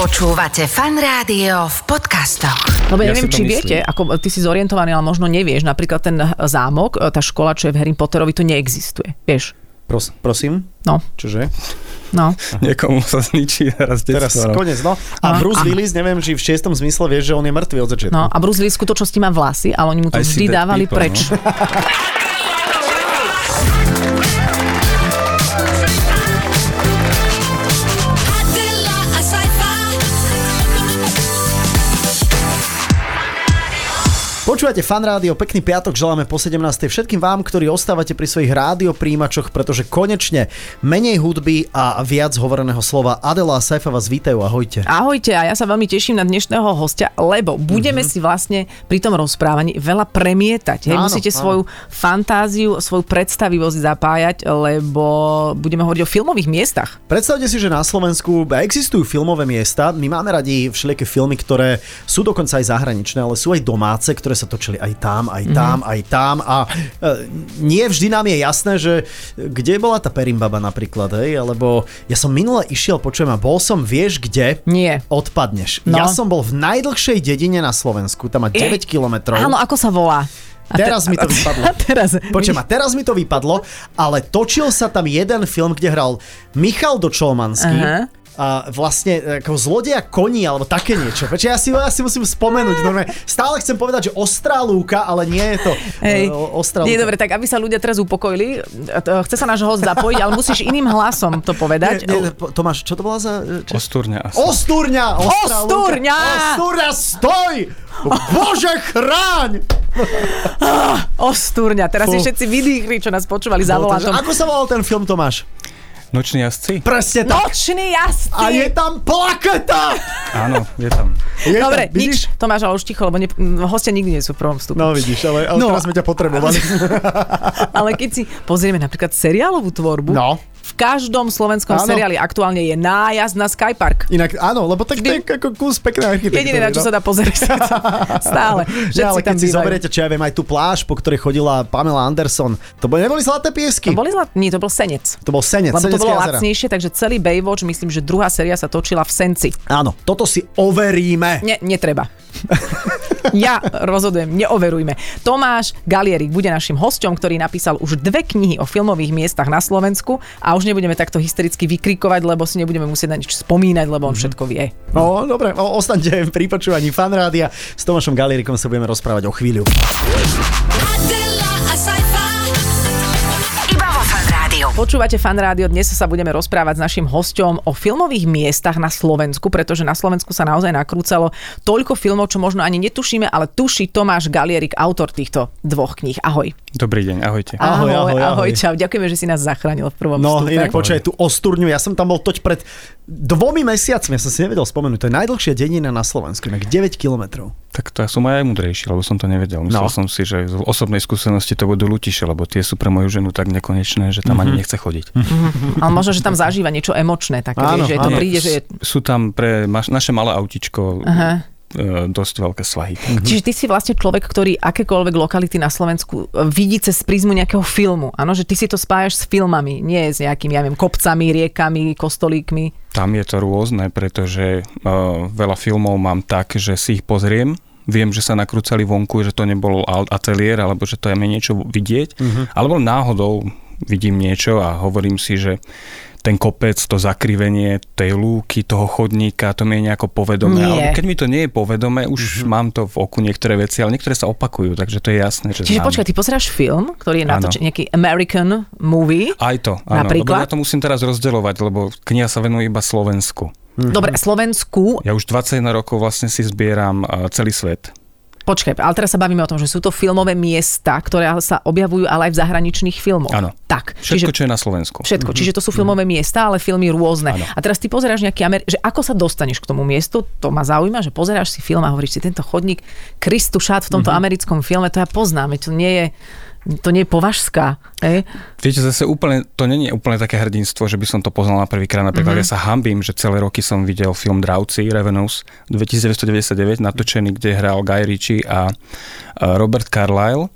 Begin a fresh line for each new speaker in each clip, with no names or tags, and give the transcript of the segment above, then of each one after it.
Počúvate fan rádio v podcastoch.
Lebo ja
Ja si
neviem,
to
či
myslím.
viete, ako eh, ty si zorientovaný, ale možno nevieš. Napríklad ten eh, zámok, tá škola, čo je v Harry Potterovi, to neexistuje. Vieš?
Pros, prosím?
No,
Čože?
no.
Niekomu sa zničí teraz
Teraz
detstvo. no.
konec, no. A
No, aha.
Bruce Willis, neviem, či v šiestom zmysle vieš, že on je mrtvý od začiatku.
No a Bruce Lee skutočnosti má vlasy, ale oni mu to
I
vždy
see dead
dávali
people,
preč. No.
Počúvate fan rádio, pekný piatok, želáme po 17. všetkým vám, ktorí ostávate pri svojich rádiopríjimačoch, pretože konečne menej hudby a viac hovoreného slova. Adela a Saifa vás vítajú, ahojte.
Ahojte a ja sa veľmi teším na dnešného hostia, lebo budeme mm-hmm. si vlastne pri tom rozprávaní veľa premietať. Hej,
Áno,
musíte
áno.
svoju fantáziu, svoju predstavivosť zapájať, lebo budeme hovoriť o filmových miestach.
Predstavte si, že na Slovensku existujú filmové miesta. My máme radi všelijaké filmy, ktoré sú dokonca aj zahraničné, ale sú aj domáce, ktoré sa točili aj
Mhm.
tam, aj tam, aj tam. A e, nie vždy nám je jasné, že kde bola tá Perimbaba napríklad, hej? Alebo ja som minule išiel, počujem, a bol som, vieš kde?
Nie.
Odpadneš.
No. E,
Ja som bol v najdlhšej dedine na Slovensku, tam má 9 kilometrov.
Áno, ako sa volá?
Teraz mi to
a-
vypadlo.
A teraz,
Počujem, a teraz mi to vypadlo, ale točil sa tam jeden film, kde hral Michal Dočolmanský.
Aha.
A vlastne ako zlodeja koní alebo také niečo. Prečo ja si, ja si musím spomenúť. Normálne. Stále chcem povedať, že ostrá lúka, ale nie je to
Hej.
Hej. ostrá
Nie,
lúka.
dobre, tak aby sa ľudia teraz upokojili, e, to- chce sa náš host zapojiť, ale musíš iným hlasom to povedať.
Nie, nie, po- Tomáš, čo to bola za... e, Čo?
Ostúrňa asi.
Ostúrňa! ostrá lúka.
Ostúrňa!
Ostúrňa, stoj! Bože, chráň!
Ostúrňa, teraz si
Fú. No,
všetci vydýchli, čo nás počúvali za
Bolo to, že-
volantom.
Ako sa volal ten film, Tomáš?
Noční jazdci?
Presne
No,
tak.
Nočný jazdci!
A je tam plaketa!
Áno, je tam.
Je
Dobre,
tam, vidíš?
nič, Tomáš, ale už ticho, lebo ne, m, hostia nikdy nie sú v prvom vstupu.
No vidíš, ale, ale
No.
no. teraz sme ťa potrebovali.
Ale keď si pozrieme napríklad seriálovú tvorbu,
No.
v každom slovenskom
Áno.
seriáli aktuálne je nájazd na Skypark.
Inak áno, lebo tak to je ako kus peknej architektúry.
Jediné, na čo sa dá pozrieť. Stále. Všetci
ja, ale
tam
keď si
bývajú.
zoberiete, čo ja viem, aj tú pláž, po ktorej chodila Pamela Anderson, to boli, neboli zlaté piesky.
To boli zlat... Nie, to bol Senec.
to bol Senec,
Lebo to
Senecké
bolo
jazera.
lacnejšie, takže celý Baywatch, myslím, že druhá séria sa točila v Senci.
Áno, toto si overíme.
Ne, netreba. ja rozhodujem, neoverujme. Tomáš Galierik bude našim hosťom, ktorý napísal už dve knihy o filmových miestach na Slovensku a už nebudeme takto hystericky vykrikovať, lebo si nebudeme musieť na nič spomínať, lebo on všetko vie.
No, dobre, o, ostaňte pri počúvaní fanrádia. S Tomášom Galerikom sa budeme rozprávať o chvíľu.
Iba vo fan rádiu.
Počúvate fan rádio, dnes sa budeme rozprávať s našim hosťom o filmových miestach na Slovensku, pretože na Slovensku sa naozaj nakrúcalo toľko filmov, čo možno ani netušíme, ale tuší Tomáš Galierik, autor týchto dvoch kníh. Ahoj.
Dobrý deň, ahojte.
A- Ahoj, ahoj,
ahoj.
ahoj.
Čau, ďakujeme, že si nás zachránil v prvom
No,
vstupe.
inak počkaj, tú osturňu, ja som tam bol toť pred dvomi mesiacmi, ja som si nevedel spomenúť, to je najdlhšia dedina na Slovensku, inak 9 kilometrov.
Tak to ja som aj múdrejší, lebo som to nevedel. Myslel
No.
som si, že z osobnej skúsenosti to budú lutiše, lebo tie sú pre moju ženu tak nekonečné, že tam
Mhm.
ani nechce chodiť.
Ale možno, že tam zažíva niečo emočné, také, vieš,
Áno,
že to
áno.
príde, že je...
S- Sú tam pre maš, naše malé autičko
Aha.
e, dosť veľké svahy.
Čiže ty si vlastne človek, ktorý akékoľvek lokality na Slovensku e, vidí cez prízmu nejakého filmu. Áno, že ty si to spájaš s filmami, nie s nejakými, ja viem, kopcami, riekami, kostolíkmi.
Tam je to rôzne, pretože uh, veľa filmov mám tak, že si ich pozriem, viem, že sa nakrúcali vonku, že to nebolo al- ateliér, alebo že to je mi niečo vidieť,
Mhm.
alebo náhodou vidím niečo a hovorím si, že ten kopec, to zakrivenie tej lúky, toho chodníka, to mi je nejako povedomé.
Nie. Mhm.
Alebo keď mi to nie je povedomé, už mm-hmm. mám to v oku niektoré veci, ale niektoré sa opakujú, takže to je jasné, že
Čiže
znám.
počkaj, ty pozeráš film, ktorý je
Áno.
natočený, nejaký American movie.
Aj to, áno, lebo
Napríklad?
ja to musím teraz rozdeľovať, lebo kniha sa venuje iba Slovensku.
Dobre, Slovensku,
Ja už 21 rokov vlastne si zbieram eh, celý svet.
počkaj, ale teraz sa bavíme o tom, že sú to filmové miesta, ktoré ale sa objavujú ale aj v zahraničných filmoch.
Áno.
Tak,
Všetko, čo je na Slovensku.
Všetko.
Mhm.
Čiže to sú filmové miesta, ale filmy rôzne. Ano. A teraz ty pozeráš nejaký Amer- že ako sa dostaneš k tomu miestu, to ma zaujíma, že pozeráš si film a hovoríš si, tento chodník Kristu šát v tomto
Mhm.
americkom filme, to ja poznám, to nie je, to nie je považská. Hej?
Viete, zase úplne, to není úplne také hrdinstvo, že by som to poznal na prvýkrát. Napríklad mm-hmm. ja sa hambím, že celé roky som videl film Dravci, Revenus 2999, natočený, kde hral Guy Ritchie a eh, Robert Carlyle.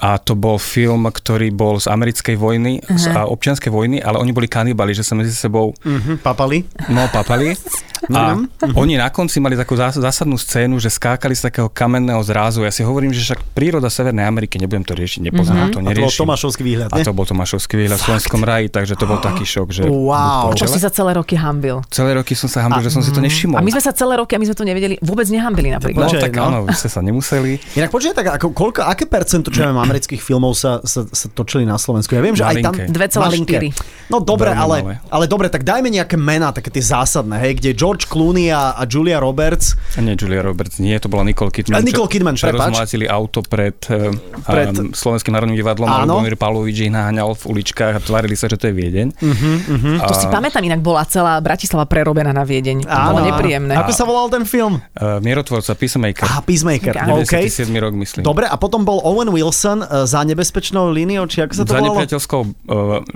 a to bol film, ktorý bol z americkej vojny uh-huh. z, a občianskej vojny, ale oni boli kanibali, že sa medzi sebou
Uh-huh,
Mhm,
papali.
no papali. A
Mhm.
oni na konci mali takú zás- zásadnú scénu, že skákali z takého kamenného zrázu. Ja si hovorím, že však príroda Severnej Ameriky, nebudem to riešiť, nepoznám to,
Mhm. A to bol
neriešim.
Tomášovský výhľad,
A
ne?
to bol Tomášovský výhľad v Slovenskom raji, takže to bol taký šok, že
Wow. Mhm.
Čo si sa celé roky hambil.
celé roky som sa hambil, že som si to
A
nevšimol.
my sme sa celé roky, a my sme to nevedeli, vôbec nehambili
No
napríklad.
Počkaj,
tak
no.
áno, vy ste sa nemuseli.
Inak počkaj, tak ako, koľko, aké percento, čo ja viem, amerických filmov sa, sa, sa točili na Slovensku? Ja viem, že aj tam...
Malinké.
2,4.
Malinké. No dobre,
Veľmi malé.
ale, ale dobre, tak dajme nejaké mená, také tie zásadné, hej, kde George Clooney a, a Julia Roberts
A Nie, Julia Roberts, nie, to bola Nicole Kidman.
A Nicole
čo-
Kidman,
čo
prepáč.
rozmlátili auto pred, pred... Um,
Pred-
Slovenským národným divadlom a
Áno.
Lubomír Pavlovič ich naháňal v uličkách a tvárili sa, že to je Viedeň.
Mhm,
To si pamätám, inak bola celá Bratislava prerobená na Viedeň. To bolo nepríjemné.
Ako sa volal ten film?
Uh, mierotvorca, Peacemaker.
Aha, Peacemaker.
Tak.
OK.
97. rok, myslím.
Dobre, a potom bol Owen Wilson e, za nebezpečnou líniou, či ako sa to
Za
volalo?
nepriateľskou uh,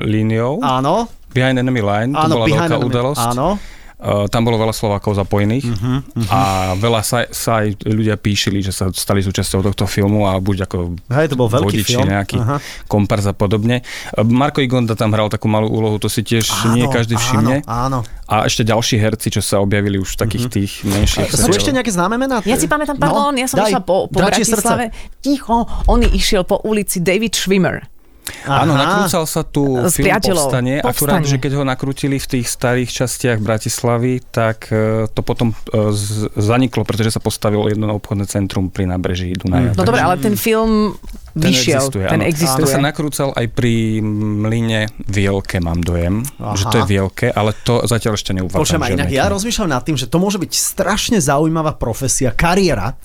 líniou,
Áno,
Behind Enemy Line, to
áno,
bola
Behind
veľká
Enemy.
udalosť.
Áno. Mhm,
Uh, tam bolo veľa Slovákov zapojených uh-huh, uh-huh. a veľa sa, sa aj ľudia píšili, že sa stali súčasťou tohto filmu a buď ako
Hej, to bol veľký
vodiči,
film.
nejaký
Aha.
komparz a podobne. Uh, Marko Igonda tam hral takú malú úlohu, to si tiež nie každý všimne.
Áno, áno.
A ešte ďalší herci, čo sa objavili už v takých tých menších.
Sú ešte nejaké známe mená?
Ja si pamätám, pardon, ja som
No, daj,
išla po, po
Dračie
Bratislave. Ticho, on išiel po ulici David Schwimmer.
Srdce.
Áno,
Aha.
nakrúcal sa tu
S
film
priateľov.
Povstanie, akurát,
Povstanie.
že keď ho nakrútili v tých starých častiach Bratislavy, tak e, to potom e, z- zaniklo, pretože sa postavilo jedno obchodné centrum pri nábreží
No
Dunaja. Takže
dobre, ale ten film
ten
vyšiel.
existuje.
ten
áno.
existuje.
Ten sa nakrúcal aj pri mline Vielke, mám dojem, Aha.
Aha.
že to je Vielke, ale to zatiaľ ešte neuvádzam.
Počujem, a
žiadne
inak ja
knihy.
rozmýšľam nad tým, že to môže byť strašne zaujímavá profesia, kariéra,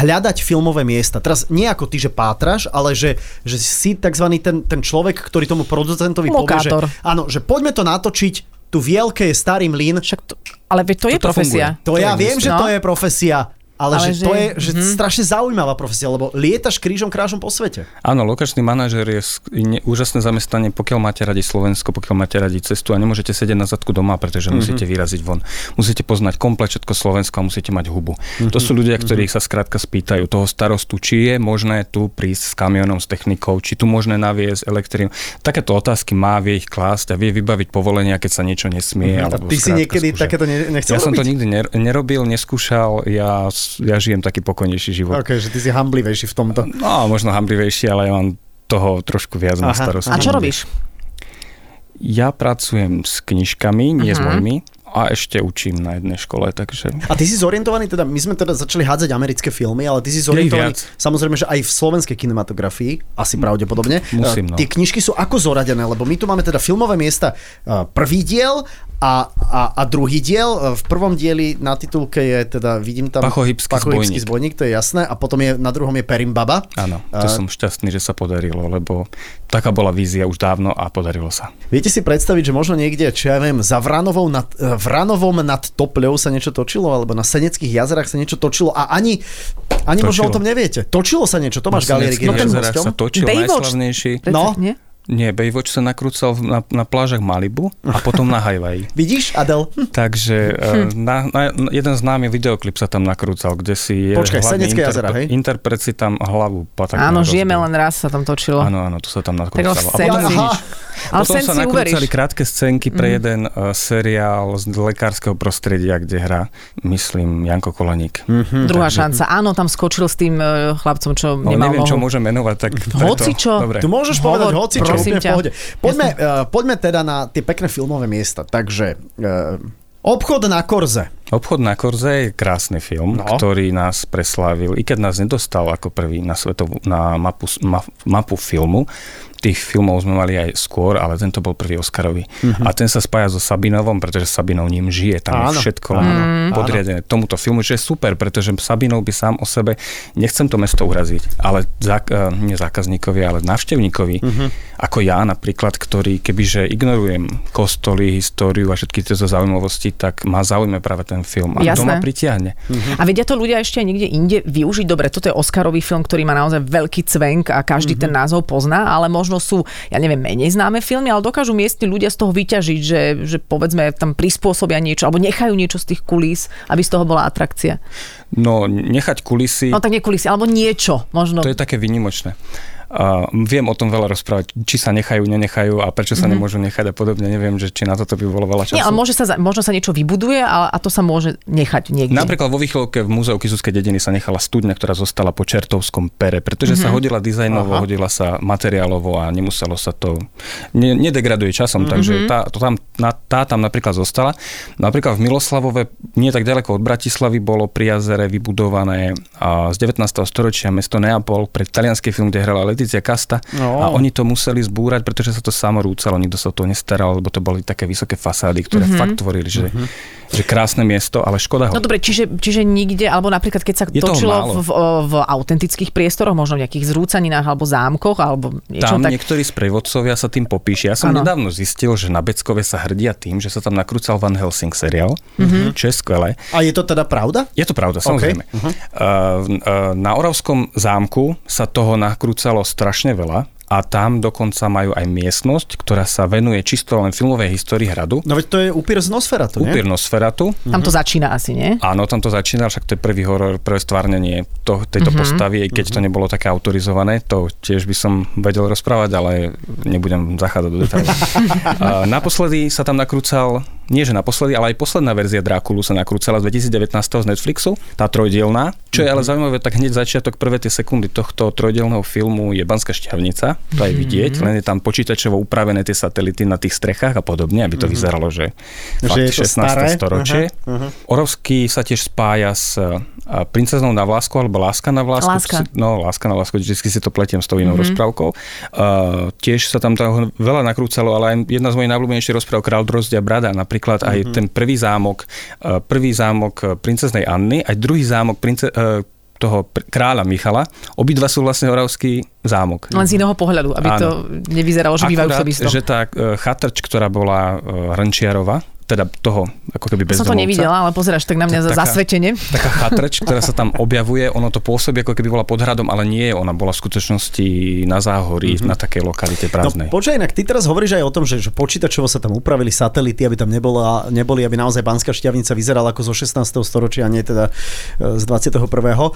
hľadať filmové miesta. Teraz nie ako ty, že pátraš, ale že, že si tzv. Ten, ten človek, ktorý tomu producentovi
Lokátor.
povie, že, áno, že poďme to natočiť, tu vielke je starý mlín,
Však to, ale veď to, je
Toto
profesia.
funguje.
To,
To
ja
existuje.
viem, že to
No.
je profesia, ale, ale
Ale
že, to
že-
je že strašne zaujímavá profesia, lebo lietaš krížom krážom po svete.
Áno, lokačný manažer je sk- ne- úžasné zamestnanie, pokiaľ máte radi Slovensko, pokiaľ máte radi cestu a nemôžete sedieť na zadku doma, pretože mm-hmm.
Mhm.
musíte vyraziť von. Musíte poznať komplet všetko Slovensko a musíte mať hubu. Mm-hmm. To
Mhm.
sú ľudia, ktorých sa skrátka spýtajú toho starostu, či je možné tu prísť s kamionom, s technikou, či tu možné naviesť elektrínu. Takéto otázky má, vie ich klásť a vie vybaviť povolenia, keď sa niečo nesmie.
Mhm. A
Alebo
ty si
skrátka
niekedy
skúša.
takéto ne- nechcel
Ja som to
robiť?
nikdy ner- nerobil, neskúšal, ja, s- ja žijem taký pokojnejší život.
OK, že ty si hamblivejší v tomto.
No, možno hamblivejší, ale ja mám toho trošku viac na
Aha.
starosti.
A čo robíš?
Ja pracujem s knižkami, nie uh-huh. s mojimi. A ešte učím na jednej škole, takže...
A ty si zorientovaný, teda my sme teda začali hádzať americké filmy, ale ty si zorientovaný
viac.
samozrejme, že aj v slovenskej kinematografii, asi pravdepodobne.
Musím, no.
Eh, Tie knižky sú ako zoradené, lebo my tu máme teda filmové miesta eh, prvý diel a, a, a druhý diel. Eh, V prvom dieli na titulke je teda, vidím tam...
Pachohybský
Pachohybský
zbojník.
zbojník, to je jasné. A potom je, na druhom je Perimbaba.
Áno, to
Eh,
som šťastný, že sa podarilo, lebo taká bola vízia už dávno a podarilo sa.
Viete si predstaviť, že možno niekde, čo ja viem, za Vranovou nad, eh, Vranovom nad Topľou sa niečo točilo, alebo na Seneckých jazerách sa niečo točilo a ani, ani
Točilo.
možno o tom neviete. Točilo sa niečo, Tomáš Galierik je
no, ten
našim
jazerách
hosťom.
sa točil
Baywatch.
najslavnejší.
Predsa,
No.
Nie?
Nie, Baywatch sa nakrúcal v- na, na plážach Malibu a potom na Hajvaji.
Vidíš, Adel? Hm.
Takže hm. na, na, jeden známy videoklip sa tam nakrúcal, kde si... je
Počkaj,
hlavný
Senecké jazera, hej?
Interpret si tam hlavu patak
Áno, žijeme len raz, sa tam točilo.
Áno, áno, to sa tam
Tak
nakrúcalo.
ale v sen
potom
si, ale
nič.
v
Potom
sen si
sa
Mhm. uveríš.
nakrúcali krátke scénky pre jeden uh, seriál z lekárskeho prostredia, kde hrá, myslím, Janko Kolaník.
Mhm.
Druhá šanca. Áno, tam skočil s tým e, chlapcom, čo
Hm. No,
nemal
neviem,
nohu.
čo môžem menovať, tak... preto-
Hocičo.
Dobre.
Tu môžeš
Hovor,
povedať hoci, čo
prosím
úplne v
ťa.
pohode. Poďme, uh, poďme teda na tie pekné filmové miesta. Takže uh, obchod na Korze.
Obchod na Korze je krásny film,
No.
no. ktorý nás preslávil, i keď nás nedostal ako prvý na, svetovú, na mapu, s- ma, mapu filmu. Tých filmov sme mali aj skôr, ale tento bol prvý Oscarový. Mm-hmm. A ten sa spája so Sabinovom, pretože Sabinov ním žije, tam
Mhm. Áno.
je všetko áno,
Mm. Mhm.
podriadené áno. tomuto filmu, čo je super, pretože Sabinov by sám o sebe, nechcem to mesto uraziť, ale zák- eh, nie zákazníkovi, ale návštevníkovi,
Mhm.
mm-hmm. ako ja napríklad, ktorý kebyže ignorujem kostoly, históriu a všetky tieto zaujímavosti, tak ma zaujme práve ten film a
Jasné.
to
Mhm.
ma pritiahne.
A vedia to ľudia ešte aj niekde inde využiť? Dobre, toto je Oscarový film, ktorý má naozaj veľký cvenk a každý mm-hmm.
Mhm.
ten názov pozná, ale možno sú, ja neviem, menej známe filmy, ale dokážu miestni ľudia z toho vyťažiť, že, že povedzme tam prispôsobia niečo alebo nechajú niečo z tých kulís, aby z toho bola atrakcia.
No, nechať kulisy,
No tak nie kulisy, alebo niečo možno.
to je také vynimočné. Uh, viem o tom veľa rozprávať, či sa nechajú, nenechajú a prečo sa mm-hmm. nemôžu nechať a podobne. Neviem, že či na toto by bolo veľa
Mhm.
času.
Nie, ale môže sa, za- možno sa niečo vybuduje a, a to sa môže nechať niekde.
Napríklad vo Vychlovke v Múzeu Kisuskej dediny sa nechala studňa, ktorá zostala po Čertovskom pere, pretože mm-hmm. sa hodila dizajnovo,
Aha.
hodila sa materiálovo a nemuselo sa to... Ne, nedegraduje časom, mm-hmm. takže tá, to tam, na, tá tam napríklad zostala. Napríklad v Miloslavove, nie tak ďaleko od Bratislavy, bolo pri jazere vybudované a, z 19. storočia mesto Neapol pre talianský film, kde hrala Letizia Casta no.
No.
a oni to museli zbúrať, pretože sa to samo rúcalo, nikto sa o to nestaral, lebo to boli také vysoké fasády, ktoré mm-hmm. fakt tvorili, že, mm-hmm. že krásne miesto, ale škoda ho.
No dobre, čiže, čiže nikde, alebo napríklad keď sa
Je toho
točilo
málo.
v, v, v autentických priestoroch, možno v nejakých zrúcaninách alebo zámkoch, alebo niečo
Tam
tak...
niektorí sprievodcovia sa tým popíšia. Ja som
Áno.
ano. nedávno zistil, že na Beckove sa hrdia tým, že sa tam nakrúcal Van Helsing seriál,
Mhm.
mm-hmm. čo je skvelé.
A je to teda pravda?
Je to pravda, samozrejme. Okay. Uh-huh. Na Oravskom zámku sa toho nakrúcalo strašne veľa a tam dokonca majú aj miestnosť, ktorá sa venuje čisto len filmovej histórii hradu.
No veď to je upír z Nosferatu, nie?
Upirnosferatu.
Tam to začína asi, nie?
Áno, tam to začínal, však to je prvý horor, prvé stvárnenie to, tejto
Mhm.
mm-hmm. postavy, aj keď to nebolo také autorizované, to tiež by som vedel rozprávať, ale nebudem zachádzať do detailov. A naposledy sa tam nakrúcal, nie že naposledy, ale aj posledná verzia Drákulu sa nakrúcala z 2019 z Netflixu, tá trojdielná. Čo je
Mhm.
ale zaujímavé, tak hneď začiatok, prvé tie sekundy tohto trojdielného filmu je Banská šťavnica, to
Mhm.
aj vidieť, len je tam počítačovo upravené tie satelity na tých strechách a podobne, aby to vyzeralo, že,
Mhm. Že
fakt
je to
16.
staré.
storočie.
Mhm,
Aha, aha.
Orovský sa tiež spája s a, princeznou na vlásku, alebo láska na vlásku.
Láska. Mhm.
No, láska na vlásku, vždy si to pletiem s tou inou mm-hmm. rozprávkou. Uh, tiež sa tam toho veľa nakrúcalo, ale aj jedna z mojich najobľúbenejších rozpráv Král Drozdia Brada, napríklad aj
Mhm.
ten prvý zámok, uh, prvý zámok uh, princeznej Anny, aj druhý zámok prince, uh, toho pr- kráľa Michala. Obidva sú vlastne Oravský zámok.
Len z iného pohľadu, aby
Áno.
to nevyzeralo, že bývajú v tom istom.
že tá e, chatrč, ktorá bola e, Hrnčiarova, teda toho ako keby
Som to
bezdomovca,
nevidela, ale pozeráš tak na mňa
To
za
taká-
zasvetenie.
taká chatrč, ktorá sa tam objavuje, ono to pôsobí ako keby bola pod hradom, ale nie, ona bola v skutočnosti na záhorí, mm-hmm. na takej lokalite prázdnej.
Mhm. No počkaj, inak ty teraz hovoríš aj o tom, že, že počítačovo sa tam upravili satelity, aby tam nebola, neboli, aby naozaj Banská šťavnica vyzerala ako zo 16. storočia, a nie teda e, z 21. Uh,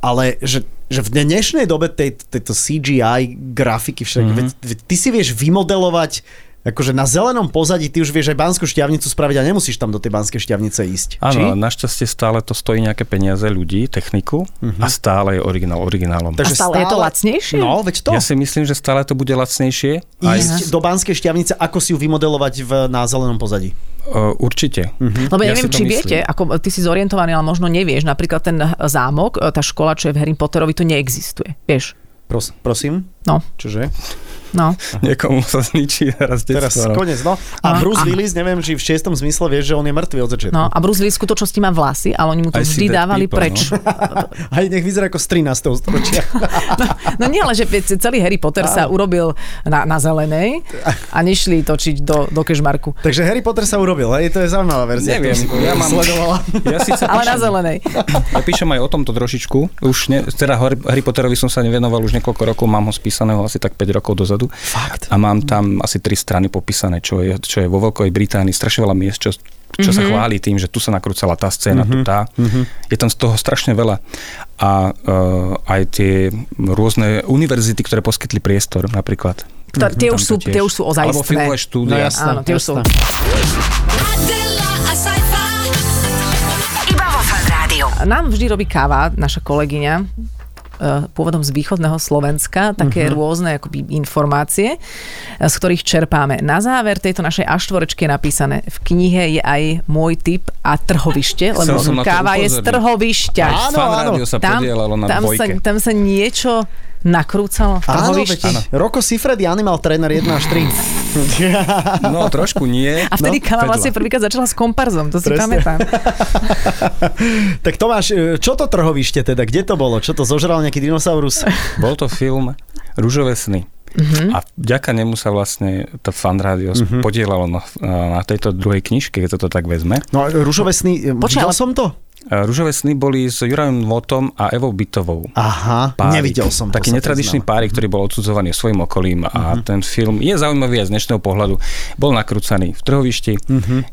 ale že, že v dnešnej dobe tej, tejto CGI grafiky však,
Mhm.
mm-hmm. veď, veď ty si vieš vymodelovať akože na zelenom pozadí ty už vieš aj Banskú šťavnicu spraviť a nemusíš tam do tej Banskej šťavnice ísť. či?
Áno, ale našťastie stále to stojí nejaké peniaze ľudí, techniku
Mhm.
a stále je originál originálom.
A stále je to lacnejšie?
No, veď to.
Ja si myslím, že stále to bude lacnejšie. Aj, e,
Ísť do Banskej šťavnice, ako si ju vymodelovať v, na zelenom pozadí.
uh, určite.
Mhm.
Lebo ja,
Ja si
neviem,
to
či
myslím.
viete, ako e, ty si zorientovaný, ale možno nevieš. Napríklad ten zámok, e, tá škola, čo je v Harry Potterovi, to neexistuje. Vieš?
Pros, prosím?
No,
Čože?
no.
Niekomu sa zničí raz
Teraz
detstvo.
konec, no. A
No.
Bruce
Aha.
Willis, neviem, či v šiestom zmysle vieš, že on je mŕtvy od začiatku.
No a Bruce Lee v skutočnosti má vlasy, ale oni mu to
I
vždy
see dead
dávali
people,
preč. No.
Aj nech vyzerá ako z 13. storočia.
no nie, ale že viete, celý Harry Potter sa urobil na, na zelenej a nešli točiť do, do kešmarku.
Takže Harry Potter sa urobil, hej, to je zaujímavá verzia.
Neviem,
ktorú som
ja mám-
sledovala.
Ja síce
Ale na
píšem-
zelenej.
Ja píšem aj o tomto trošičku. Už ne, teda Harry, Harry Potterovi som sa nevenoval už niekoľko rokov, mám ho spísaného asi tak 5 rokov dozadu.
Fakt?
A mám tam asi 3 strany popísané, čo je, čo je vo Veľkej Británii strašne veľa miest, čo, čo mm-hmm.
Mhm.
sa chváli tým, že tu sa nakrúcala tá scéna, mm-hmm. tu tá. Mm-hmm. Je tam z toho strašne veľa. A uh, aj tie rôzne univerzity, ktoré poskytli priestor napríklad. Mhm.
Ktor- tie už
Tam to
sú- tie už sú ozajstné.
Alebo filmové štúdia.
No jasné.
Áno, tie už sú.
jasné.
Adela a Saifa. Iba vo fan rádiu.
Nám vždy robí káva, naša kolegyňa, eh, pôvodom z východného Slovenska, také
Mhm.
uh-huh. rôzne akoby, informácie, eh, z ktorých čerpáme. Na záver tejto našej aštvorečky je napísané, v knihe je aj môj typ a trhovište, lebo
Chcel som na to
káva je z
upozorniť.
trhovišťa.
Aj
Áno,
fan
áno.
rádio sa podielalo na
tam, sa,
dvojke.
tam sa niečo nakrúcalo v
Áno,
trhovišti.
veď, Roko Sifredi, Animal Trainer 1 až 3.
No trošku nie.
A vtedy no, Kala
vedľa.
vlastne prvýkrát začala s komparzom, to si
Presne.
pamätám.
tak Tomáš, e, čo to trhovište teda? Kde to bolo? Čo to zožral nejaký dinosaurus?
Bol to film Rúžové sny.
Mhm.
Uh-huh. A vďaka nemu sa vlastne to fan rádio
Mhm.
uh-huh. podielalo na, na tejto druhej knižke, keď sa to tak vezme.
No, e, ružové sny, e,
Počkaj,
videl
ale-
som to?
E, Rúžové sny boli s Jurajom Votom a Evou Bytovou.
Aha,
Párik.
nevidel som to.
Taký
sa
netradičný
priznám. Mhm.
párik, ktorý bol odsudzovaný svojim okolím a ten film
Mhm.
je zaujímavý aj z dnešného pohľadu. Bol nakrúcaný v trhovišti,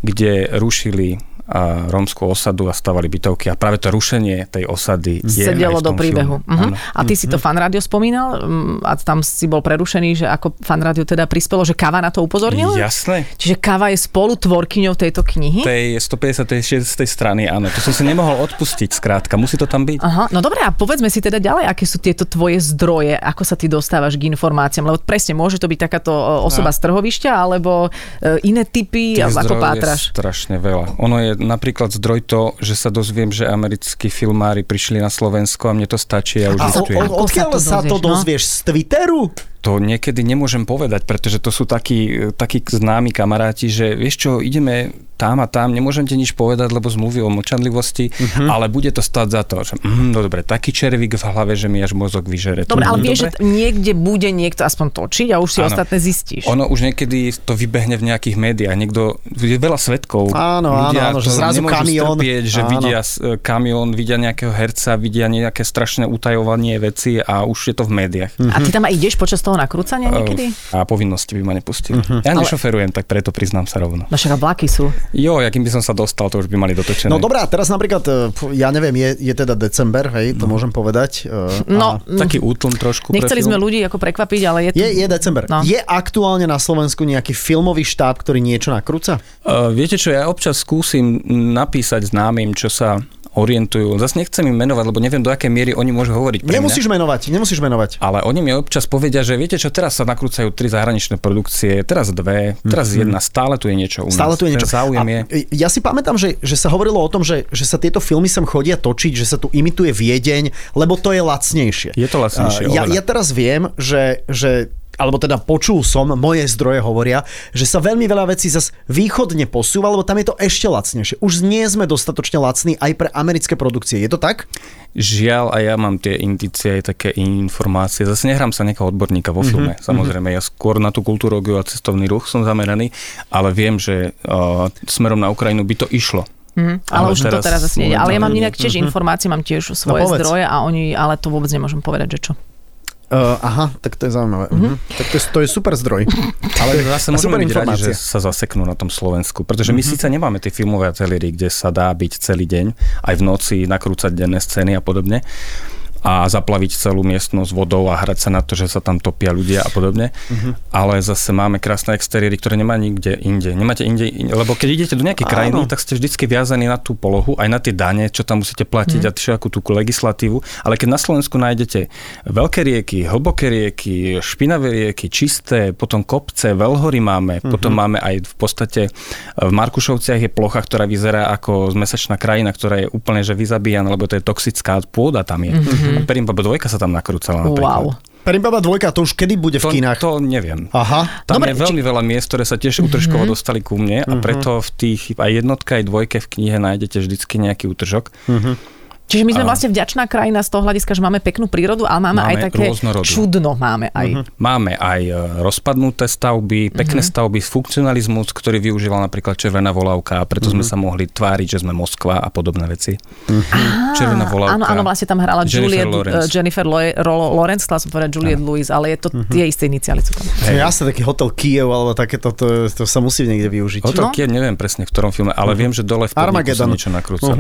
kde rušili a rómskú osadu a stavali bytovky a práve to rušenie tej osady je
sedelo
aj v
do
tom
príbehu.
Filme.
Mhm.
Áno.
A ty si to fan rádio spomínal mm, a tam si bol prerušený, že ako fan rádio teda prispelo, že Kava na to upozornila?
Jasné.
Čiže Kava je spolutvorkyňou tejto knihy?
Tej 156. strany, áno. To som si nemohol odpustiť, skrátka. Musí to tam byť.
Aha, no dobre, a povedzme si teda ďalej, aké sú tieto tvoje zdroje, ako sa ty dostávaš k informáciám, lebo presne môže to byť takáto e, osoba
No.
z trhovišťa, alebo e, iné typy,
Tých
ako
zdrojov
pátraš.
Je strašne veľa. Ono je napríklad zdroj to, že sa dozviem, že americkí filmári prišli na Slovensko a mne to stačí, ja už
A o,
zistujem.
o,
Ako sa
odkiaľ
to
sa to
dozvieš, no?
dozvieš? Z Twitteru?
To niekedy nemôžem povedať, pretože to sú takí, takí známi kamaráti, že vieš čo, ideme tam a tam, nemôžem ti nič povedať, lebo zmluvy o mlčanlivosti, ale bude to stať za to, že mm, no dobre, taký červík v hlave, že mi až mozog vyžere. To
Dobre, ale
nie je
vieš, že
Mhm. dobre.
t- niekde bude niekto aspoň točiť a už si
Áno.
ostatné zistíš.
Ono už niekedy to vybehne v nejakých médiách. Niekto, je veľa svetkov.
Áno, áno,
Ľudia
áno,
to
že zrazu
nemôžu
kamión.
Strpieť, že
Áno.
vidia s- e, kamión, vidia nejakého herca, vidia nejaké strašné utajovanie veci a už je to v médiách. Ehm,
A ty tam aj ideš počas toho nakrúcania niekedy?
A povinnosti by ma nepustili.
Mhm.
Ja nešoferujem, tak preto priznám sa rovno.
No však a vlaky sú.
Jo, jakým by som sa dostal, to už by mali dotočené.
No dobrá, teraz napríklad, e, pf, ja neviem, je, je teda december, hej,
No.
to môžem povedať. e,
No,
a-
Taký útlm trošku. pre
nechceli
film.
sme ľudí ako prekvapiť, ale je,
Je, je december.
No.
Je aktuálne na Slovensku nejaký filmový štáb, ktorý niečo nakrúca?
Uh, viete čo, ja občas skúsim napísať známym, čo sa orientujú. Zase nechcem im menovať, lebo neviem, do akej miery oni môžu hovoriť. Pre mňa.
Nemusíš menovať, nemusíš menovať.
Ale oni mi občas povedia, že viete čo, teraz sa nakrúcajú tri zahraničné produkcie, teraz dve, teraz jedna, stále tu je niečo u nás.
Mhm. Stále tu
Ten
je niečo.
záujem je.
e, Ja si pamätám, že, že sa hovorilo o tom, že, že sa tieto filmy sem chodia točiť, že sa tu imituje Viedeň, lebo to je lacnejšie.
Je to lacnejšie,
A Ja,
oveľa.
ja teraz viem, že, že alebo teda počul som, moje zdroje hovoria, že sa veľmi veľa vecí zas východne posúva, lebo tam je to ešte lacnejšie. Už nie sme dostatočne lacní aj pre americké produkcie. Je to tak?
Žiaľ, a ja mám tie indície, aj také informácie. Zase nehrám sa nejakého odborníka
Mhm.
vo filme, samozrejme. Ja skôr na tú kultúrogiu a cestovný ruch som zameraný, ale viem, že uh, smerom na Ukrajinu by to išlo.
Mhm, ale, ale
Ale
už to
teraz
teraz asi nejde. Ale ja mám
momentálne
inak tiež informácie, mám tiež svoje
No povedz.
zdroje a oni, ale to vôbec nemôžem povedať, že čo.
Uh, aha, tak to je zaujímavé. Uh-huh. Tak to je, to je super zdroj.
Ale zase
A
môžeme byť
super
radi,
informácia. Mhm.
že sa zaseknú na tom Slovensku, pretože my síce nemáme tie filmové ateliéry, kde sa dá byť celý deň, aj v noci, nakrúcať denné scény a podobne a zaplaviť celú miestnosť vodou a hrať sa na to, že sa tam topia ľudia a podobne.
Mhm.
Ale zase máme krásne exteriéry, ktoré nemá nikde inde. Nemáte inde, in- lebo keď idete do nejakej
Áno.
krajiny, tak ste vždycky viazaní na tú polohu, aj na tie dane, čo tam musíte platiť
Mhm.
a všetku tú legislatívu. Ale keď na Slovensku nájdete veľké rieky, hlboké rieky, špinavé rieky, čisté, potom kopce, veľhory máme,
Mhm.
potom máme aj v podstate v Markušovciach je plocha, ktorá vyzerá ako zmesačná krajina, ktorá je úplne že vyzabíjana, lebo to je toxická pôda tam je. Mm-hmm. Perimbaba 2 sa tam nakrúcala napríklad.
Mhm. Wow.
Perimbaba dvojka, to už kedy bude v
To,
kinách?
to neviem.
Aha.
Tam
Dobre, Mhm.
Dobre, je veľmi veľa miest, ktoré sa tiež útržkovo mm-hmm. dostali ku mne
Mhm.
a preto v tých aj jednotka, aj dvojke v knihe nájdete vždycky nejaký útržok.
Čiže my sme vlastne vďačná krajina z toho hľadiska, že máme peknú prírodu, ale máme,
Máme
aj také
rôznorodú.
čudno máme aj.
Máme aj e, rozpadnuté stavby, pekné
Mhm.
stavby, funkcionalizmus, ktorý využíval napríklad Červená volávka a preto
Mhm.
sme sa mohli tváriť, že sme Moskva a podobné veci.
Mhm.
Červená volávka.
Áno, áno, vlastne tam hrala Juliet,
Jennifer Lawrence.
eh, Jennifer Lo- Ro- Lawrence, chcela som povedať Juliet Lewis, ale je to tie isté iniciály sú tam.
To je jasné, taký hotel Kiev alebo takéto, to, to sa musí niekde využiť.
No.
Hotel Kiev, neviem presne v ktorom filme, ale viem, že dole v podniku sa
Mhm. Armageddon. Mhm.
niečo nakrúcalo.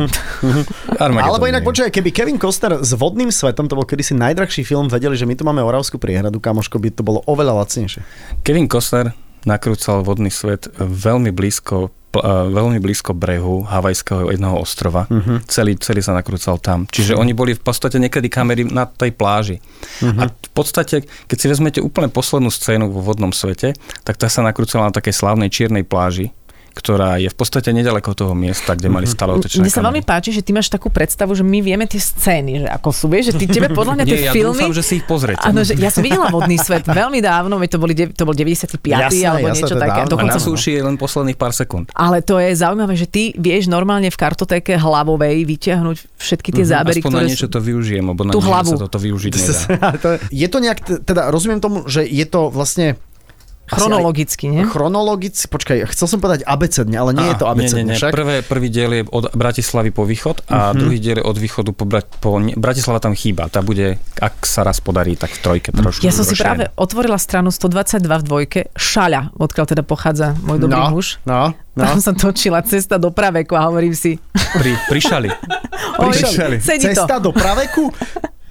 Armageddon.
Alebo inak,
nie.
počkaj, keby Kevin Costner s Vodným svetom, to bol kedysi najdrahší film, vedeli, že my tu máme Oravskú priehradu, kamoško, by to bolo oveľa lacnejšie.
Kevin Costner nakrúcal vodný svet veľmi blízko pl- eh, veľmi blízko brehu havajského jedného ostrova. Mm-hmm. Celý, celý sa nakrúcal tam. Čiže mm-hmm. oni boli v podstate niekedy kamery na tej pláži. Mm-hmm. A v podstate, keď si vezmete úplne poslednú scénu vo vodnom svete, tak tá sa nakrúcala na takej slávnej čiernej pláži, ktorá je v podstate nedaleko toho miesta, kde mali stále otečné
Mne sa veľmi páči, že ty máš takú predstavu, že my vieme tie scény, že ako sú, vieš, že ty tebe podľa mňa tie
Nie, ja
filmy...
dúfam, že si ich pozriete.
Áno, že ja som videla Vodný svet veľmi dávno, veď to, boli, de- to bol 95.
Jasné,
alebo
jasné,
niečo
to je
také.
dávno.
A
Dokonca
na súši je len posledných pár sekúnd.
Ale to je zaujímavé, že ty vieš normálne v kartotéke hlavovej vyťahnuť všetky tie zábery,
Mhm, Aspoň
ktoré
na niečo
sú...
to využijem, lebo na
Tú
niečo
hlavu.
sa toto využiť nedá.
je to nejak, t- teda rozumiem tomu, že je to vlastne
Chronologicky, nie?
Chronologicky, počkaj, chcel som povedať abecedne, ale nie
Á,
je to
Ah, nie, nie, nie.
abecedne však. Mhm.
Prvé, prvý diel je od Bratislavy po východ a uh-huh. druhý diel je od východu po, Bra- po ne, Bratislava tam chýba. Tá bude, ak sa raz podarí, tak v trojke
Mhm.
trošku.
Ja som si práve
rozšírená.
otvorila stranu 122 v dvojke, šaľa, odkiaľ teda pochádza môj dobrý
no,
muž.
no, no.
Tam sa točila cesta do praveku a hovorím si,
Pri, prišali.
oj,
Prišali.
sedí to.
Cesta do praveku?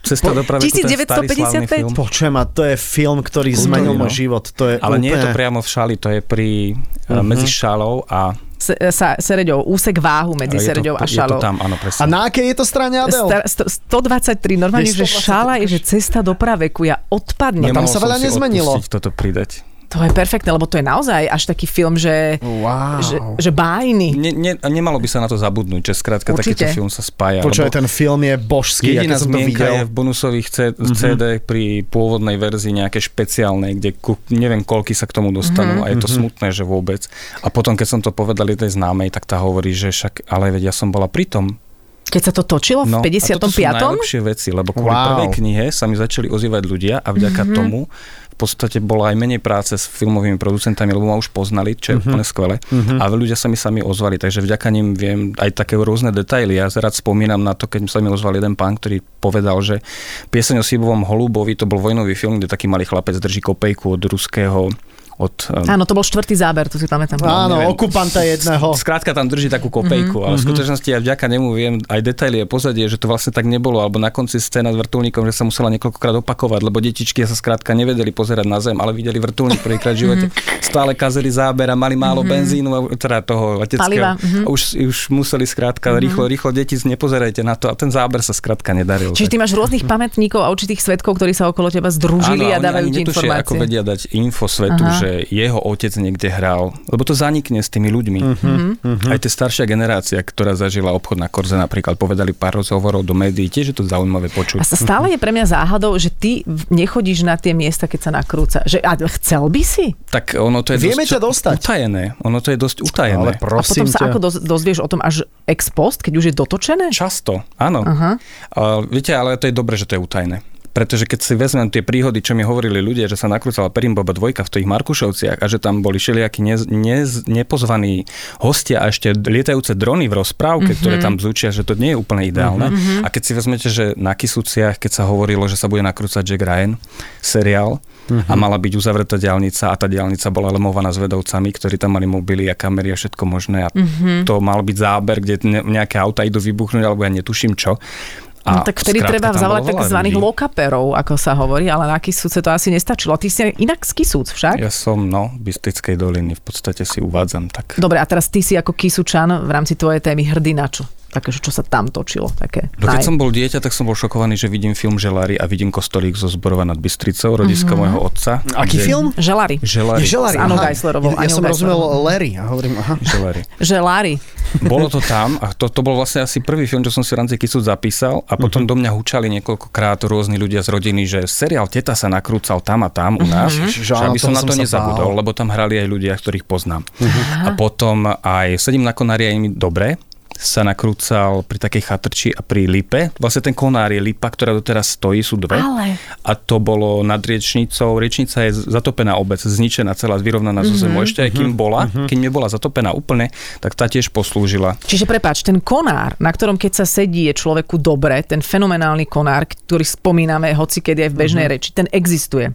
Cesta do práve to ten starý slavný
1955?
film.
Počujem, a to je film, ktorý zmenil
no.
môj život. To je
Ale
úplne... Mhm.
nie je to priamo v šali, to je pri, uh-huh. medzi šalou a...
Se, sa, Sereďou, úsek váhu medzi
je to,
Sereďou a
Je to
Šalou.
tam, áno,
A
presne.
na akej je to strane, Adel?
Star, sto, 123, normálne,
Je
že
123,
šala je, že cesta do praveku, ja odpadnem.
no, tam
Nemohol
sa
som
veľa
si
nezmenilo.
odpustiť toto pridať.
To je perfektné, lebo to je naozaj až taký film, že,
Wow.
že, že bájny.
Ne, ne, nemalo by sa na to zabudnúť, že skrátka
Určite.
takýto film sa spája.
Počuj,
lebo
ten film je božský,
Jediná
aké som to
zmienka je
videl. Mhm.
v bonusových C- CD pri pôvodnej verzii nejaké špeciálnej, kde ku, neviem koľky sa k tomu dostanú a
Mhm.
je to smutné, že vôbec. A potom, keď som to povedal jednej známej, tak tá hovorí, že však, ale veď ja som bola pri tom.
Keď sa to točilo v
No, a toto sú
55.
najlepšie veci, lebo kvôli
Wow.
wow. prvej knihe sa mi začali ozývať ľudia a vďaka mm-hmm. tomu v podstate bola aj menej práce s filmovými producentami, lebo ma už poznali, čo je mm-hmm. úplne skvelé. Mm-hmm. A ľudia sa mi sami ozvali, takže vďaka nim viem aj také rôzne detaily. Ja rád spomínam na to, keď sa mi ozval jeden pán, ktorý povedal, že pieseň o Sibovom Holubovi, to bol vojnový film, kde taký malý chlapec drží kopejku od ruského od um,
Áno, to bol štvrtý záber, to si pamätám.
Áno,
neviem.
okupanta jedného.
Skrátka tam drží takú
Mhm.
kopejku, mm-hmm. ale v skutočnosti ja vďaka nemu viem aj detaily a pozadie, že to vlastne tak nebolo, alebo na konci scéna s vrtulníkom, že sa musela niekoľkokrát opakovať, lebo detičky sa skrátka nevedeli pozerať na zem, ale videli vrtulník prvýkrát v
Mhm.
živote. Stále kazili záber a mali málo mm-hmm. benzínu, a- teda
Paliva,
toho leteckého.
mhm.
A už, už museli skrátka mm-hmm. rýchlo, rýchlo deti, nepozerajte na to a ten záber sa skrátka nedaril.
Čiže ty máš rôznych pamätníkov a určitých svetkov, ktorí sa okolo teba združili a
Áno, oni
dávajú
ani
ti
netušia,
informácie.
ako vedia dať info svetu,
Aha.
Aha. že jeho otec niekde hral. Lebo to zanikne s tými ľuďmi.
Mhm,
Mhm.
Uh-huh. Aj tá staršia generácia, ktorá zažila obchod na Korze napríklad, povedali pár rozhovorov do médií, tiež je to zaujímavé
A
počuť.
sa stále je pre mňa záhadou, že ty v- nechodíš na tie miesta, keď sa nakrúca. Že, a chcel by si?
Tak ono to je
Vieme ťa
dosť
dostať.
utajené. Ono to je dosť utajené.
Ale
A potom
prosím
sa
ťa.
ako doz, dozvieš o tom až ex post, keď už je dotočené?
Často, áno.
Aha.
Uh, viete, ale to je dobre, že to je utajné. Pretože keď si vezmem tie príhody, čo mi hovorili ľudia, že sa nakrúcala Perimboba dvojka v tých Markušovciach a že tam boli všelijakí nez, nez, nepozvaní hostia a ešte lietajúce drony v rozprávke, mm-hmm. ktoré tam zúčia, že to nie je úplne ideálne. Mm-hmm. A keď si vezmete, že na Kisuciach, keď sa hovorilo, že sa bude nakrúcať Jack Ryan seriál mm-hmm. a mala byť uzavretá diálnica a tá diálnica bola lemovaná s vedovcami, ktorí tam mali mobily a kamery a všetko možné a
Mhm.
mm-hmm. to mal byť záber, kde ne- nejaké auta idú vybuchnúť alebo ja netuším čo.
No tak vtedy
skrátka
treba
tam
zavolať
bolo veľa
tzv.
ľudí.
lokaperov, ako sa hovorí, ale na Kisúce to asi nestačilo. Ty si inak z Kisúc však?
Ja som, no, Bystrickej doliny, v podstate si uvádzam tak.
Dobre, a teraz ty si ako Kisúčan v rámci tvojej témy hrdý na čo? Také, že čo sa tam točilo. Také.
No, keď
naj-
som bol dieťa, tak som bol šokovaný, že vidím film Želary a vidím kostolík zo Zborova nad
Mhm.
Bystricou, rodiska môjho otca. kde-
Aký film?
Želary.
Želary.
Želary.
S Anou
aha.
Geislerovou,
Ja, ja
Anou
som rozumel
Geislerovou.
Larry a hovorím, aha.
Želary.
Želári.
Bolo to tam a to, to bol vlastne asi prvý film, čo som si v rámci Kisúc zapísal a potom
Mhm.
do mňa hučali niekoľkokrát rôzni ľudia z rodiny, že seriál Teta sa nakrúcal tam a tam u nás,
Ježiš,
že aby
áno, toho
som na to
Mhm. som sa
nezabudol,
bál.
lebo tam hrali aj ľudia, ktorých poznám. A potom aj Sedím na konári je mi dobre, sa nakrúcal pri takej chatrči a pri lipe. Vlastne ten konár je lipa, ktorá doteraz stojí, sú dve.
Ale-
A to bolo nad riečnicou. Riečnica je zatopená obec, zničená celá,
Mhm.
vyrovnaná mm-hmm. zo zemou. Ešte aj kým bola, mm-hmm. kým nebola zatopená úplne, tak tá tiež poslúžila
Čiže prepáč, ten konár, na ktorom keď sa sedí je človeku dobre, ten fenomenálny konár, ktorý spomíname hoci kedy aj v
Mhm.
bežnej reči, ten existuje.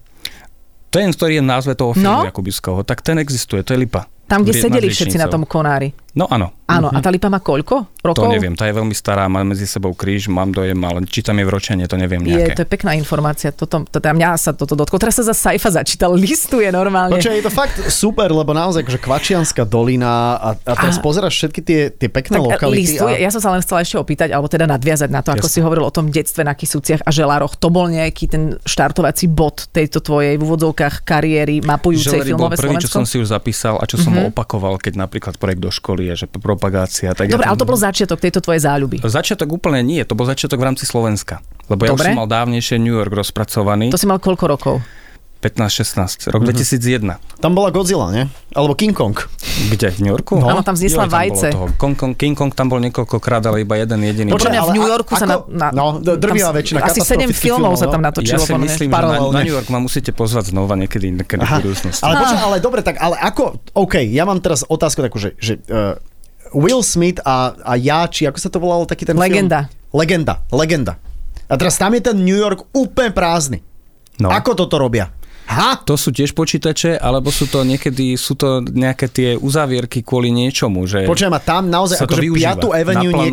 Ten, ktorý je v názve toho filmu
No.
no? Jakubiskovho, tak ten existuje, to je lipa.
Tam, kde
Vie-
sedeli
nad
všetci na tom
Riečnicou.
konári.
No áno,
Áno, a tá lipa má koľko
to
rokov?
neviem, tá je veľmi stará, má medzi sebou kríž, mám dojem, ale či tam je vročenie, to neviem
Je,
nejaké.
to je pekná informácia, toto, to, teda mňa sa toto dotklo. Teraz sa za Saifa začítal, listuje normálne.
Počkaj, No je to fakt super, lebo naozaj akože Kvačianská dolina a, a teraz pozeráš všetky tie, tie
tak e,
pekné
eh,
lokality.
listuje,
A...
ja som sa len chcela ešte opýtať, alebo teda nadviazať na to, ako
Jasne.
si hovoril o tom detstve na Kisúciach a Želároch. To bol nejaký ten štartovací bod tejto tvojej v úvodzovkách kariéry mapujúcej
Želery bol
filmové
prvý, čo
Slovensko? Mhm.
som si už zapísal a čo som mm-hmm. opakoval, keď napríklad projekt do školy je, že propagácia. Tak
Dobre,
ja
ale to bol začiatok tejto tvojej záľuby.
Začiatok úplne nie, to bol začiatok v rámci Slovenska. Lebo ja
Dobre.
už som mal dávnejšie New York rozpracovaný.
To si mal koľko rokov?
15-16,
Mhm.
rok 2001.
Tam bola Godzilla, ne? Alebo King Kong.
Kde? V New Yorku?
No. Áno, tam zniesla
Joj, tam bolo
vajce.
toho. Kong, Kong, King Kong tam bol niekoľkokrát, ale iba jeden jediný.
Podľa
bol.
mňa v
ale
New
a-
Yorku sa
ako-
na, na...
no, d-
tam
drvivá
s-
väčšina
Asi 7
katastrofických
filmov
filmov,
sa tam
no.
ja
natočilo.
si
podľa mňa.
myslím, že na, na
Paralelne.
New York ma musíte pozvať znova niekedy, niekedy v budúcnosti.
No.
Ale, počkaj, ale dobre, tak ale ako, OK, ja mám teraz otázku takú, že, že uh, Will Smith a, a ja, či ako sa to volalo taký ten
Legenda.
film? Legenda. Legenda, A teraz tam je ten New York úplne prázdny.
No.
No. Ako toto robia? Ha?
To sú tiež počítače, alebo sú to niekedy, sú to nejaké tie uzavierky kvôli niečomu, že...
Počujem, a tam
Sa
naozaj
to
akože
využíva.
5. Avenue
Naplánuje.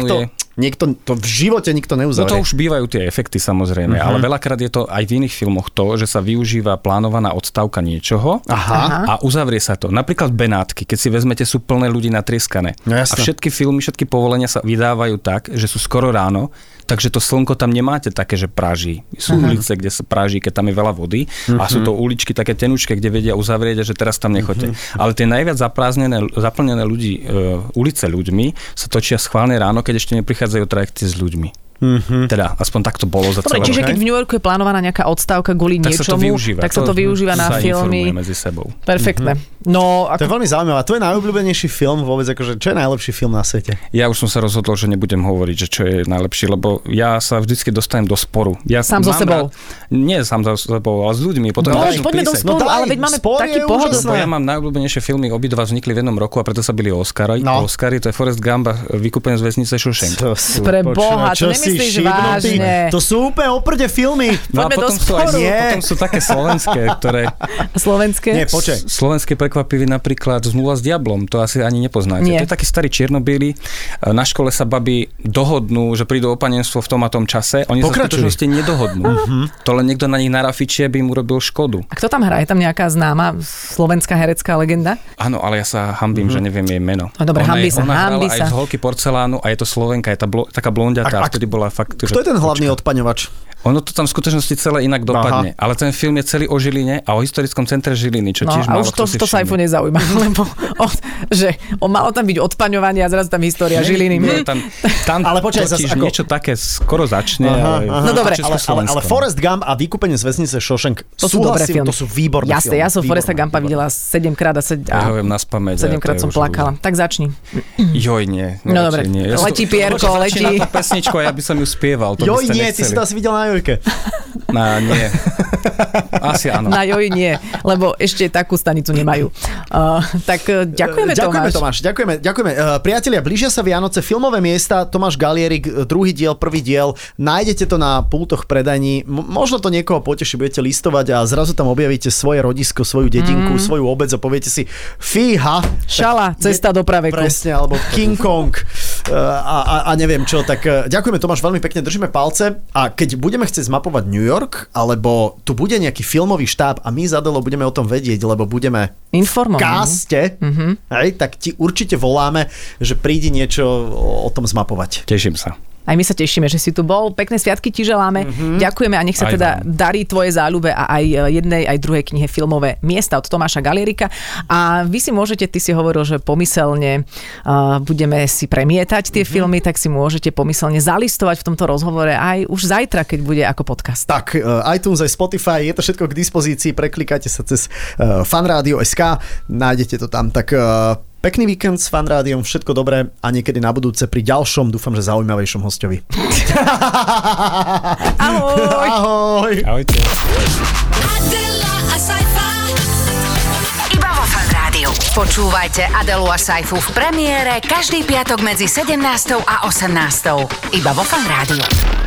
niekto, niekto, to v živote nikto
No
neuzavrie.
to už bývajú tie efekty samozrejme, ale veľakrát je to aj v iných filmoch to, že sa využíva plánovaná odstavka niečoho
Aha.
a uzavrie sa to. Napríklad Benátky, keď si vezmete, sú plné ľudí natrieskané.
No
a
jasné.
všetky filmy, všetky povolenia sa vydávajú tak, že sú skoro ráno, takže to slnko tam nemáte také, že praží. Sú
Mhm.
ulice, kde sa praží, keď tam je veľa vody a sú to uličky také tenučké, kde vedia uzavrieť, že teraz tam nechoďte.
Mhm.
Ale tie najviac zapráznené, zaplnené ľudí, e, ulice ľuďmi sa točia schválne ráno, keď ešte neprichádzajú trajekty s ľuďmi. Mm-hmm. Teda, aspoň tak to bolo
Mhm.
za
Dobre,
celé
čiže
roky.
keď v New Yorku je plánovaná nejaká odstávka kvôli
tak sa to
niečomu,
využíva.
tak sa to využíva na
sa informuje
filmy.
medzi sebou. Mhm.
Perfektné. No,
To je
ako...
veľmi zaujímavé. A To je najobľúbenejší film vôbec, akože čo je najlepší film na svete?
Ja už som sa rozhodol, že nebudem hovoriť, že čo je najlepšie, lebo ja sa vždycky dostanem do sporu. Ja
Sám so
mám
sebou.
Rád, nie sám so sebou, ale s ľuďmi. Potom
No,
začnú
poďme do
písať.
sporu,
No daj,
ale veď máme
spor
taký
je
pohodu.
úžasné.
Lebo No ja mám najobľúbenejšie filmy, obidva vznikli v jednom roku a preto sa byli Oscary.
No.
Oscary, to je Forrest Gump a Vykúpený z väznice Shawshank.
To sú,
Pre
počúvaj,
Boha, to
čo si
nemyslíš
šibnutý?
vážne.
To sú úplne oprde filmy.
No a
Poďme do
potom sú, aj,
sporu.
nie.
Nie.
potom sú také slovenské, ktoré...
Slovenské?
Nie, počkaj.
S- Slovenské prekvapivý napríklad Zmluva s diablom, to asi ani nepoznáte.
Nie.
To je taký starý čiernobiely. E, Na škole sa baby dohodnú, že prídu opadenstvo v tom a tom čase. Oni
Pokračuj. Mhm.
sa v skutočnosti nedohodnú. to len niekto na nich narafičie, aby im urobil škodu.
A kto tam hrá? Je tam nejaká známa slovenská herecká legenda?
Áno, ale ja sa hambím, že neviem jej meno.
No dobre,
ona
hambí
je-
sa,
ona
hambí sa.
hrala aj z holky porcelánu a je to Slovenka, je tá blo, taká blondiatá,
A- a
a, vtedy bola fakt...
Kto je ten hlavný odpaňovač?
Ono to tam v skutočnosti celé inak dopadne, Aha. ale ten film je celý o Žiline a o historickom centre Žiliny, čo
No
tiež
a
málo
už to,
kto si
to sa aj
všimne.
nezaujíma, lebo o, že o, malo tam byť odpaňovanie a zrazu tam história Žiliny. Hm.
Nie, tam, tam
Ale
ale
počkaj,
počkaj, totiž
zas ako-
niečo také skoro začne.
Aha,
ale,
aha.
No dobre.
na
Ale, ale, ale
Československom.
Forrest Gump a Vykúpenie z väznice Shawshank,
To sú dobré
súhlasím,
filmy.
to sú výborné
Jasne,
filmy.
ja som Foresta
Výborné,
Gampa videla
výborné.
7 krát a 7
Ja ho viem na spameť.
krát som plakala. Tak začni.
Joj, nie.
No
radšej
dobre.
nie. Ja
Letí
som-
pierko,
Počkaj,
letí.
začína tá pesnička, ja by som ju spieval. To
Joj,
by ste
nie, ty si to
nechceli.
asi videl na Jojke.
No, nie. Asi áno.
Na joj nie, lebo ešte takú stanicu nemajú. Uh, tak eh, ďakujeme,
ďakujeme
Tomáš.
Tomáš. Ďakujeme, ďakujeme. Eh, Priatelia, blížia sa Vianoce, filmové miesta, Tomáš Galierik, eh, druhý diel, prvý diel. Nájdete to na pultoch predaní. M- možno to niekoho poteší, budete listovať a zrazu tam objavíte svoje rodisko, svoju
Mhm.
dedinku, mm. svoju obec a poviete si, fíha.
Šala,
Tak-
cesta do praveku.
Presne, alebo King Kong. eh, A, a, a neviem čo, tak eh, ďakujeme Tomáš veľmi pekne, držíme palce a keď budeme chcieť zmapovať New York, alebo tu bude nejaký filmový štáb a my zadelo budeme o tom vedieť, lebo budeme
Informovaný.
kaste, mm-hmm. hej, tak ti určite voláme, že príde niečo o o tom zmapovať.
Teším sa.
Aj my sa tešíme, že si tu bol. Pekné sviatky ti želáme. Ďakujeme a nech sa
Aj
teda
vám.
darí tvoje záľube a aj eh, jednej, aj druhej knihe filmové miesta od Tomáša Galerika. A vy si môžete, ty si hovoril, že pomyselne uh, budeme si premietať tie filmy, tak si môžete pomyselne zalistovať v tomto rozhovore aj už zajtra, keď bude ako podcast.
Tak, eh, iTunes aj Spotify, je to všetko k dispozícii, preklikáte sa cez eh, fanradio.sk, nájdete to tam, tak eh, pekný víkend s fanrádiom, všetko dobré a niekedy na budúce pri ďalšom, dúfam, že zaujímavejšom hostovi.
Ahoj!
Ahoj!
Ahojte.
Adela a Saifa. Iba vo Fan Rádiu. Počúvajte Adelu a Saifu v premiére každý piatok medzi 17. a 18. Iba vo Fan Rádiu.